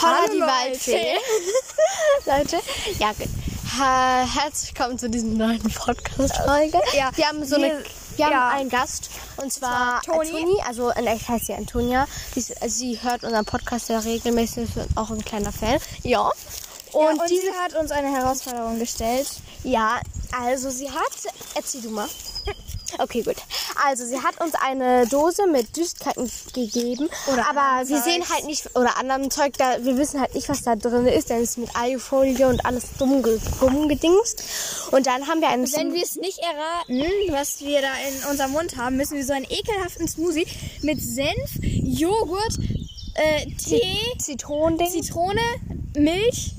Hallo, Hallo, die Waldfee. Leute, ja, ge- ha, herzlich willkommen zu diesem neuen Podcast-Folge. Ja, wir haben so eine, wir- wir haben ja. einen Gast und zwar, zwar Toni. Toni. Also, äh, ich heiße sie Antonia. Sie, ist- also sie hört unseren Podcast ja regelmäßig und auch ein kleiner Fan. Ja. Ja, Und und diese, sie hat uns eine Herausforderung gestellt. ja, also sie hat, erzähl du mal. Okay, gut. Also sie hat uns eine Dose mit Süßigkeiten gegeben, Oder aber anderem wir Zeug. sehen halt nicht oder anderem Zeug, da wir wissen halt nicht, was da drin ist, denn es ist mit Alufolie und alles dumm ge- dumm gedingst. Und dann haben wir einen Wenn wir es nicht erraten, was wir da in unserem Mund haben, müssen wir so einen ekelhaften Smoothie mit Senf, Joghurt, äh, Tee, Zitronending, Zitrone, Milch.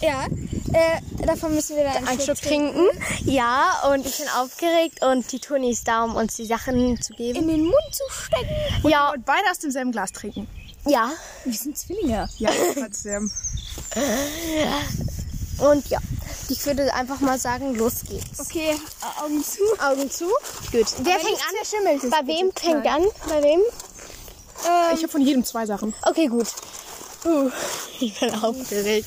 Ja, äh, davon müssen wir dann einen Schluck trinken. Ja, und ich bin aufgeregt und die Toni ist da, um uns die Sachen zu In geben. den Mund zu stecken. Ja, Und beide aus demselben Glas trinken. ja. Wir sind Zwillinge. Ja, trotzdem. Und ja, ich würde einfach mal sagen, los geht's. Okay, Augen zu. Augen zu. Gut. Wer fängt an? Bei wem fängt an? Bei wem? Ähm, Ich habe von jedem zwei Sachen. Okay, gut. Uh, ich bin aufgeregt.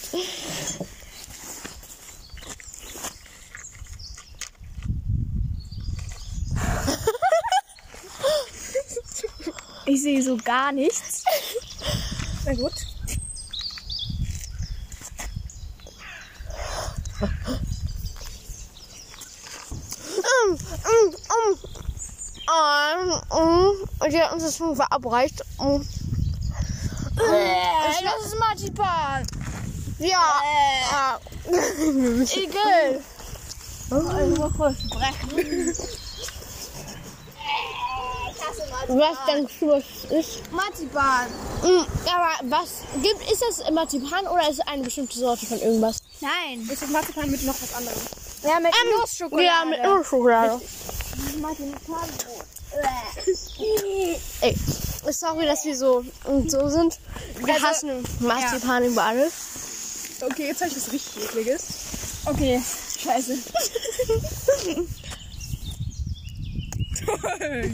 Ich sehe so gar nichts. Na gut. Mm, mm, mm. Ähm, mm. Und sie hat uns das schon verabreicht. Mm. Äh, das ist Marzipan. Ja. Ah. Ekel. Verbrechen. Was denkst du, was es ist? Marzipan. Also Mm, aber was gibt, ist das Marzipan oder ist es eine bestimmte Sorte von irgendwas? Nein. Ist das Marzipan mit noch was anderem? Ja, mit ähm, Nussschokolade. Ja, mit Nussschokolade. Marzipanbrot. Ey, sorry, dass wir so und so sind. Wir Also, hassen Marzipan über alles. Okay, jetzt habe ich was richtig ekliges. Okay, scheiße.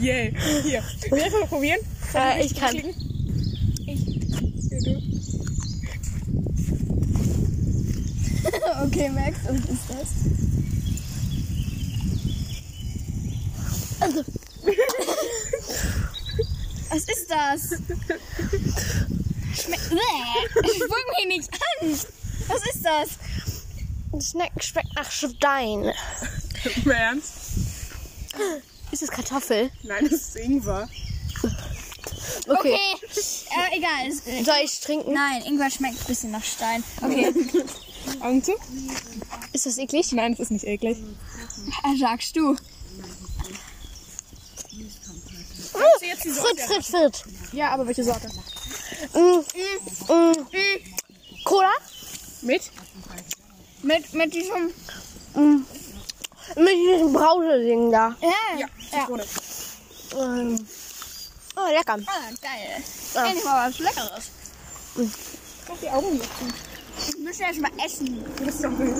Yay. Hier. Will ich mal probieren? Äh, ich kann. Okay, Max, was ist das? Also. Was ist das? Schmeckt. Ich spuck mich nicht an. Was ist das? Snack schmeckt nach Stein. Im Ernst? Ist es Kartoffel? Nein, das ist Ingwer. Okay. Okay. Äh, egal. Es, äh, Soll ich trinken? nein, Ingwer schmeckt ein bisschen nach Stein. Okay. Augen zu? Ist das eklig? Nein, das ist nicht eklig. Äh, Sagst du. du jetzt die Fritz, Fritz, Fritz. Ja, aber welche Sorte? Mm, Cola? Mit? Mit, mit diesem. Mit diesem Brause-Ding da. Ja. ja. Zitrone. Ähm. Oh, lecker. Ah, geil. Ah. Endlich mal was Leckeres. Mach die Augen nicht zu. Ich muss erst mal essen. Du bist doch wild.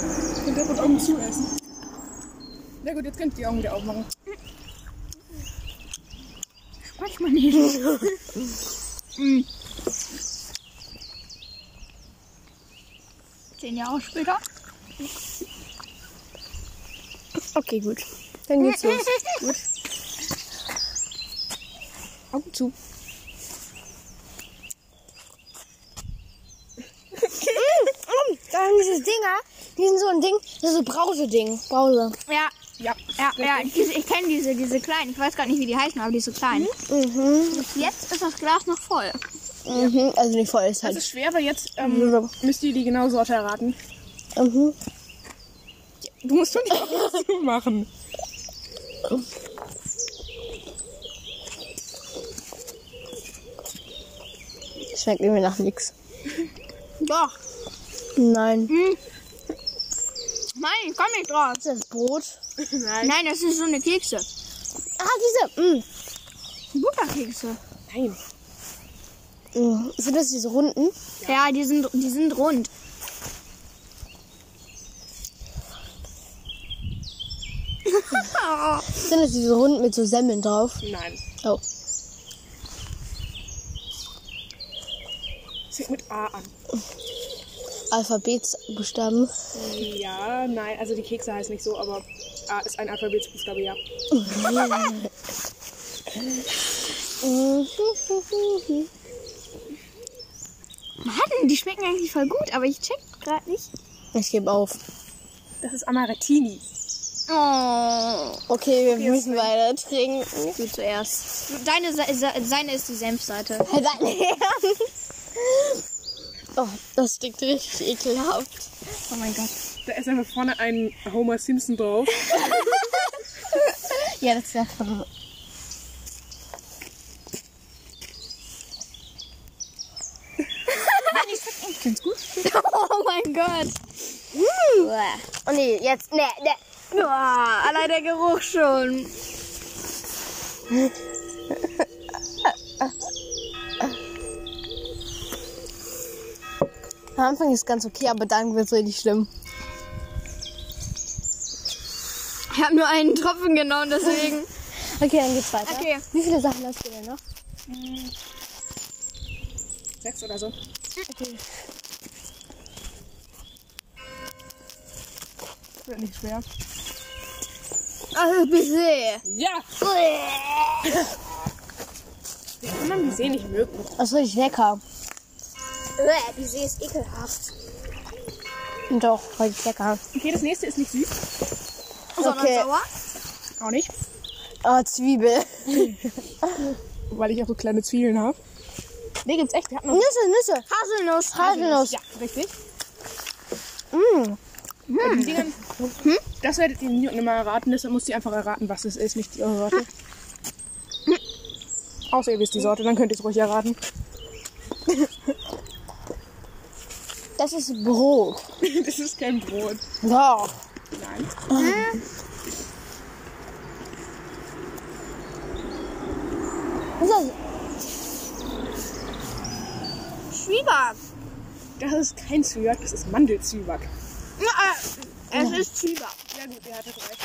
Ich könnte auch Augen zu essen. Na gut, jetzt könnt ihr die Augen wieder aufmachen. Mach mal nicht. Mm. Zehn Jahre später. Okay, gut. Dann geht's los. Augen zu. Da haben diese Dinger, die sind so ein Ding, das ist so Brause-Ding. Brause. Ja, Ja. Also ja, ja. Ich, ich kenne diese, diese kleinen. Ich weiß gar nicht, wie die heißen, aber die ist so klein. Mhm. Jetzt ist das Glas noch voll. Mhm. Also nicht voll, ist Das halt. ist schwer, weil jetzt ähm, müsst ihr die genaue Sorte erraten. Mhm. Du musst schon die Augen zu machen. Schmeckt irgendwie nach nichts. Doch. Nein. Nein, ich komme nicht drauf. Ist das Brot? Nein. Nein, das sind so eine Kekse. Ah, diese. Mhm. Butterkekse. Nein. Mhm. Sind das diese runden? Ja, die, sind, die sind rund. Sind das diese runden mit so Semmeln Oh. drauf? Nein. Oh. Es fängt mit A an. Alphabetsbuchstaben. Ja, nein, also die Kekse heißt nicht so, aber A ist ein Alphabetsbuchstabe, ja. Mhm. Mann, die schmecken eigentlich voll gut, aber ich check gerade nicht. Ich gebe auf. Das ist Amarettini. Oh. Okay, wir müssen weiter trinken. Du zuerst. Deine, Se- Se- seine ist die Senfseite. Halt dein Herz. Oh, das stinkt richtig ekelhaft. Oh mein Gott. Da ist einfach vorne ein Homer Simpson drauf. Ja, das wäre Klingt gut. Uh. Oh mein Gott. Uah. Oh nee, jetzt. Nee, nee. Uah, allein der Geruch schon. Am Anfang ist ganz okay, aber dann wird es richtig schlimm. Ich habe nur einen Tropfen genommen, deswegen. Okay, dann geht's weiter. Okay. Wie viele Sachen hast du denn noch? Sechs oder so. Wird nicht schwer. Ach, bitte. Ja! Wie kann man die See nicht mögen? Das ist richtig lecker. Die See ist ekelhaft. Doch, richtig lecker. Okay, das nächste ist nicht süß. Sondern Okay. sauer. Auch nicht. Oh, Zwiebel. Weil ich auch so kleine Zwiebeln habe. Nee, gibt's echt. Wir hatten noch Nüsse, Nüsse. Haselnuss, Haselnuss. Mm, Ja, richtig. Bei den Dingern- Das werdet ihr nie und nimmer erraten, deshalb müsst ihr einfach erraten, was es ist, nicht eure Sorte. Außer ihr wisst die Sorte, dann könnt ihr es ruhig erraten. Das ist Brot. das ist kein Brot. Doch. Nein. Hm? Das ist Zwieback. Das ist kein Zwieback, das ist Mandelzwieback. äh, Es ist Zwieback. Ja gut, ihr hattet recht.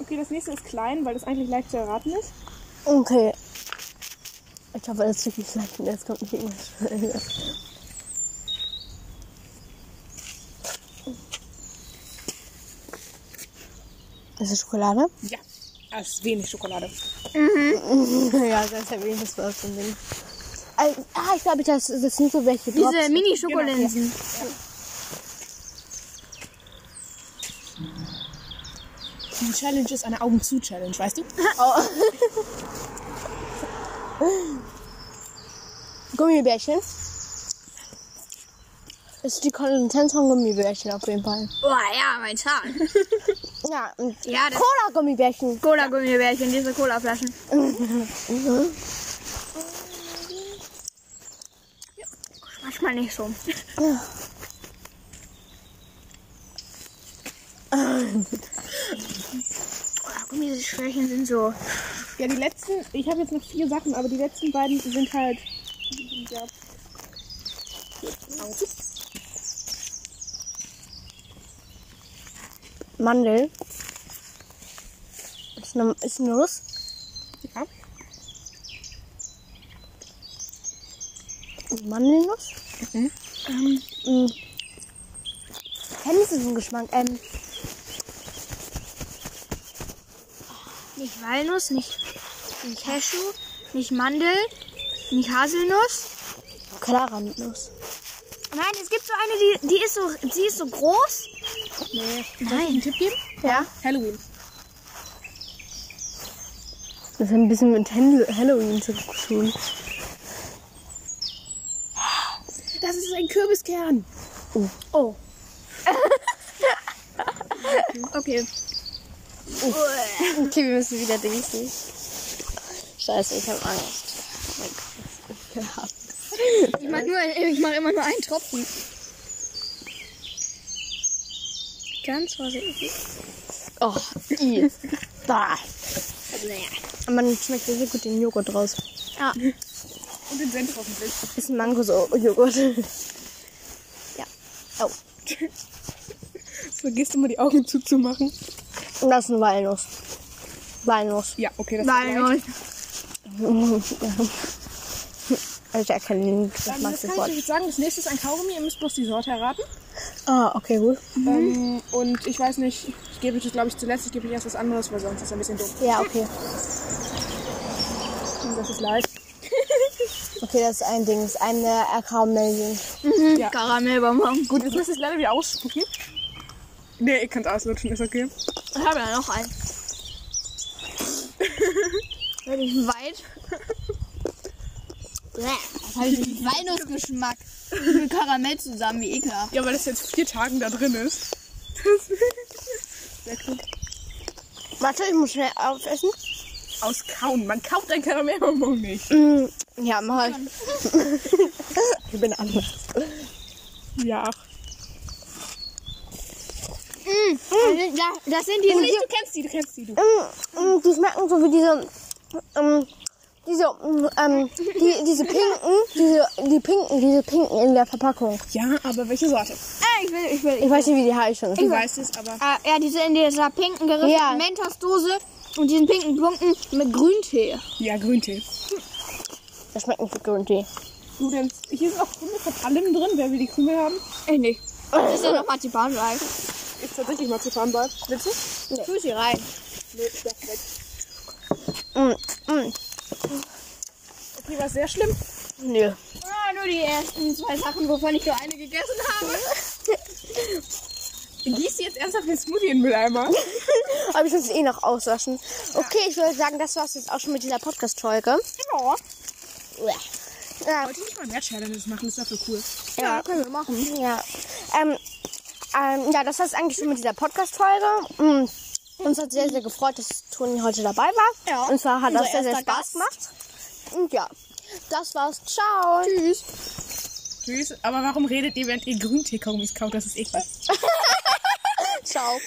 Okay, das nächste ist klein, weil das eigentlich leicht zu erraten ist. Okay. Ich hoffe, das ist wirklich leicht und jetzt kommt nicht irgendwas Schweres. Ist das Schokolade? Ja. Das ist wenig Schokolade. ja, das ist ja wenigstens was von dem. Also, ah, ich glaube, das, das sind so welche Drops. Diese Mini-Schokolinsen. Die Challenge ist eine Augen zu Challenge, weißt du? Oh. Gummibärchen. Ist die Konsistenz von Gummibärchen auf jeden Fall. Boah, ja, mein Zahn. Ja, und Ja, das- Cola-Gummibärchen. Cola-Gummibärchen, diese Cola-Flaschen. Manchmal nicht so. Boah, Gummibärchen sind so. Ja, die letzten, ich habe jetzt noch vier Sachen, aber die letzten beiden sind halt. Ja. Mandel. Ist eine, ist eine Nuss. ja. Mandelnuss? Mhm. Mhm. Kennst du den Geschmack? Ähm, Nicht Walnuss, nicht, nicht Cashew, nicht Mandel, nicht Haselnuss. klarer Nuss. Nein, es gibt so eine, die, die, ist, so, die ist so groß. Nee. Nein. Tipp geben? Ja. Halloween. Das hat ein bisschen mit Hall- Halloween zu tun. Das ist ein Kürbiskern. Oh. okay. Uah. Okay, wir müssen wieder dingsen. Scheiße, ich habe Angst. Oh mein Gott, das ist ekelhaft. Ich mache mach immer nur einen Tropfen. Ganz vorsichtig. Oh, i. bah. Naja. Aber Man schmeckt sehr gut den Joghurt raus. Ja. Und den Senf hoffentlich. Ist ein Mango-Joghurt. ja. Oh. Vergiss immer die Augen zuzumachen. Und das ist eine Walnuss. Walnuss. Ja, okay, das ist Walnuss. Ja. Also ich erkenne nicht, was Ähm, das meinst du kann ich Wort. euch jetzt sagen. Das nächste ist ein Kaugummi. Ihr müsst bloß die Sorte erraten. Ah, okay, gut. Ähm, und ich weiß nicht, ich gebe euch das, glaube ich, zuletzt. Ich gebe euch erst was anderes, weil sonst ist es ein bisschen doof. Ja, okay. Und das ist leicht. Okay, das ist ein Ding. Das ist eine Karamellchen. Ja. Karamellbonbon. Gut, jetzt müsst ihr es leider wieder ausspucken. Nee, ihr könnt auslutschen, ist okay. Ich habe da noch einen. Wirklich weit. Bäh, Was habe ich mit Walnussgeschmack? Mit Karamell zusammen, wie ekelhaft. Ja, weil das jetzt vier Tagen da drin ist. Sehr gut. Warte, ich muss schnell aufessen. Auskauen. Man kaut ein Karamellbonbon nicht. Ja, mach ich. ich bin anders. Ja. Mm, Das sind die Nicht, du kennst die, du kennst die. Du. Mm, mm, Die schmecken so wie diese, ähm, diese, mm, ähm, die, diese pinken, diese, die pinken, diese pinken in der Verpackung. Ja, aber welche Sorte? Ah, ich will, ich will. Ich weiß nicht, wie die heißen. Du weißt es, aber. Ah, ja, die sind in dieser pinken gerissenen Ja. Mentos-Dose und diesen pinken Punkten mit Grüntee. Ja, Grüntee. Das schmeckt nicht wie Grüntee. Du, denn hier ist auch Krümel von allem drin, wer will die Krümel haben. Echt nicht. Das ist doch noch Marzipan rein. Ist tatsächlich mal zu fahren bei. Willst du? Tu sie rein. Nee, ist doch weg. Mm, mm, Okay, war sehr schlimm. nö. Ah, nur die ersten zwei Sachen, wovon ich nur eine gegessen habe. Gieß jetzt ernsthaft den Smoothie in den Mülleimer. Aber ich muss es eh noch auswaschen. Okay, ich würde sagen, das war's jetzt auch schon mit dieser Podcast-Folge. Genau. Ja, Wollte ich nicht mal mehr Challenges machen, ist dafür cool. ja, können wir machen. Ja. Ähm, ähm, ja, das war's eigentlich schon mit dieser Podcast-Folge. Mm. Uns hat sehr, sehr gefreut, dass Toni heute dabei war. Ja. Und zwar hat Unser das sehr, sehr erster Spaß gemacht. Und ja, das war's. Ciao. Tschüss. Tschüss. Aber warum redet ihr, während ihr Grünteekaugummis kaut? Das ist eklig. Ciao.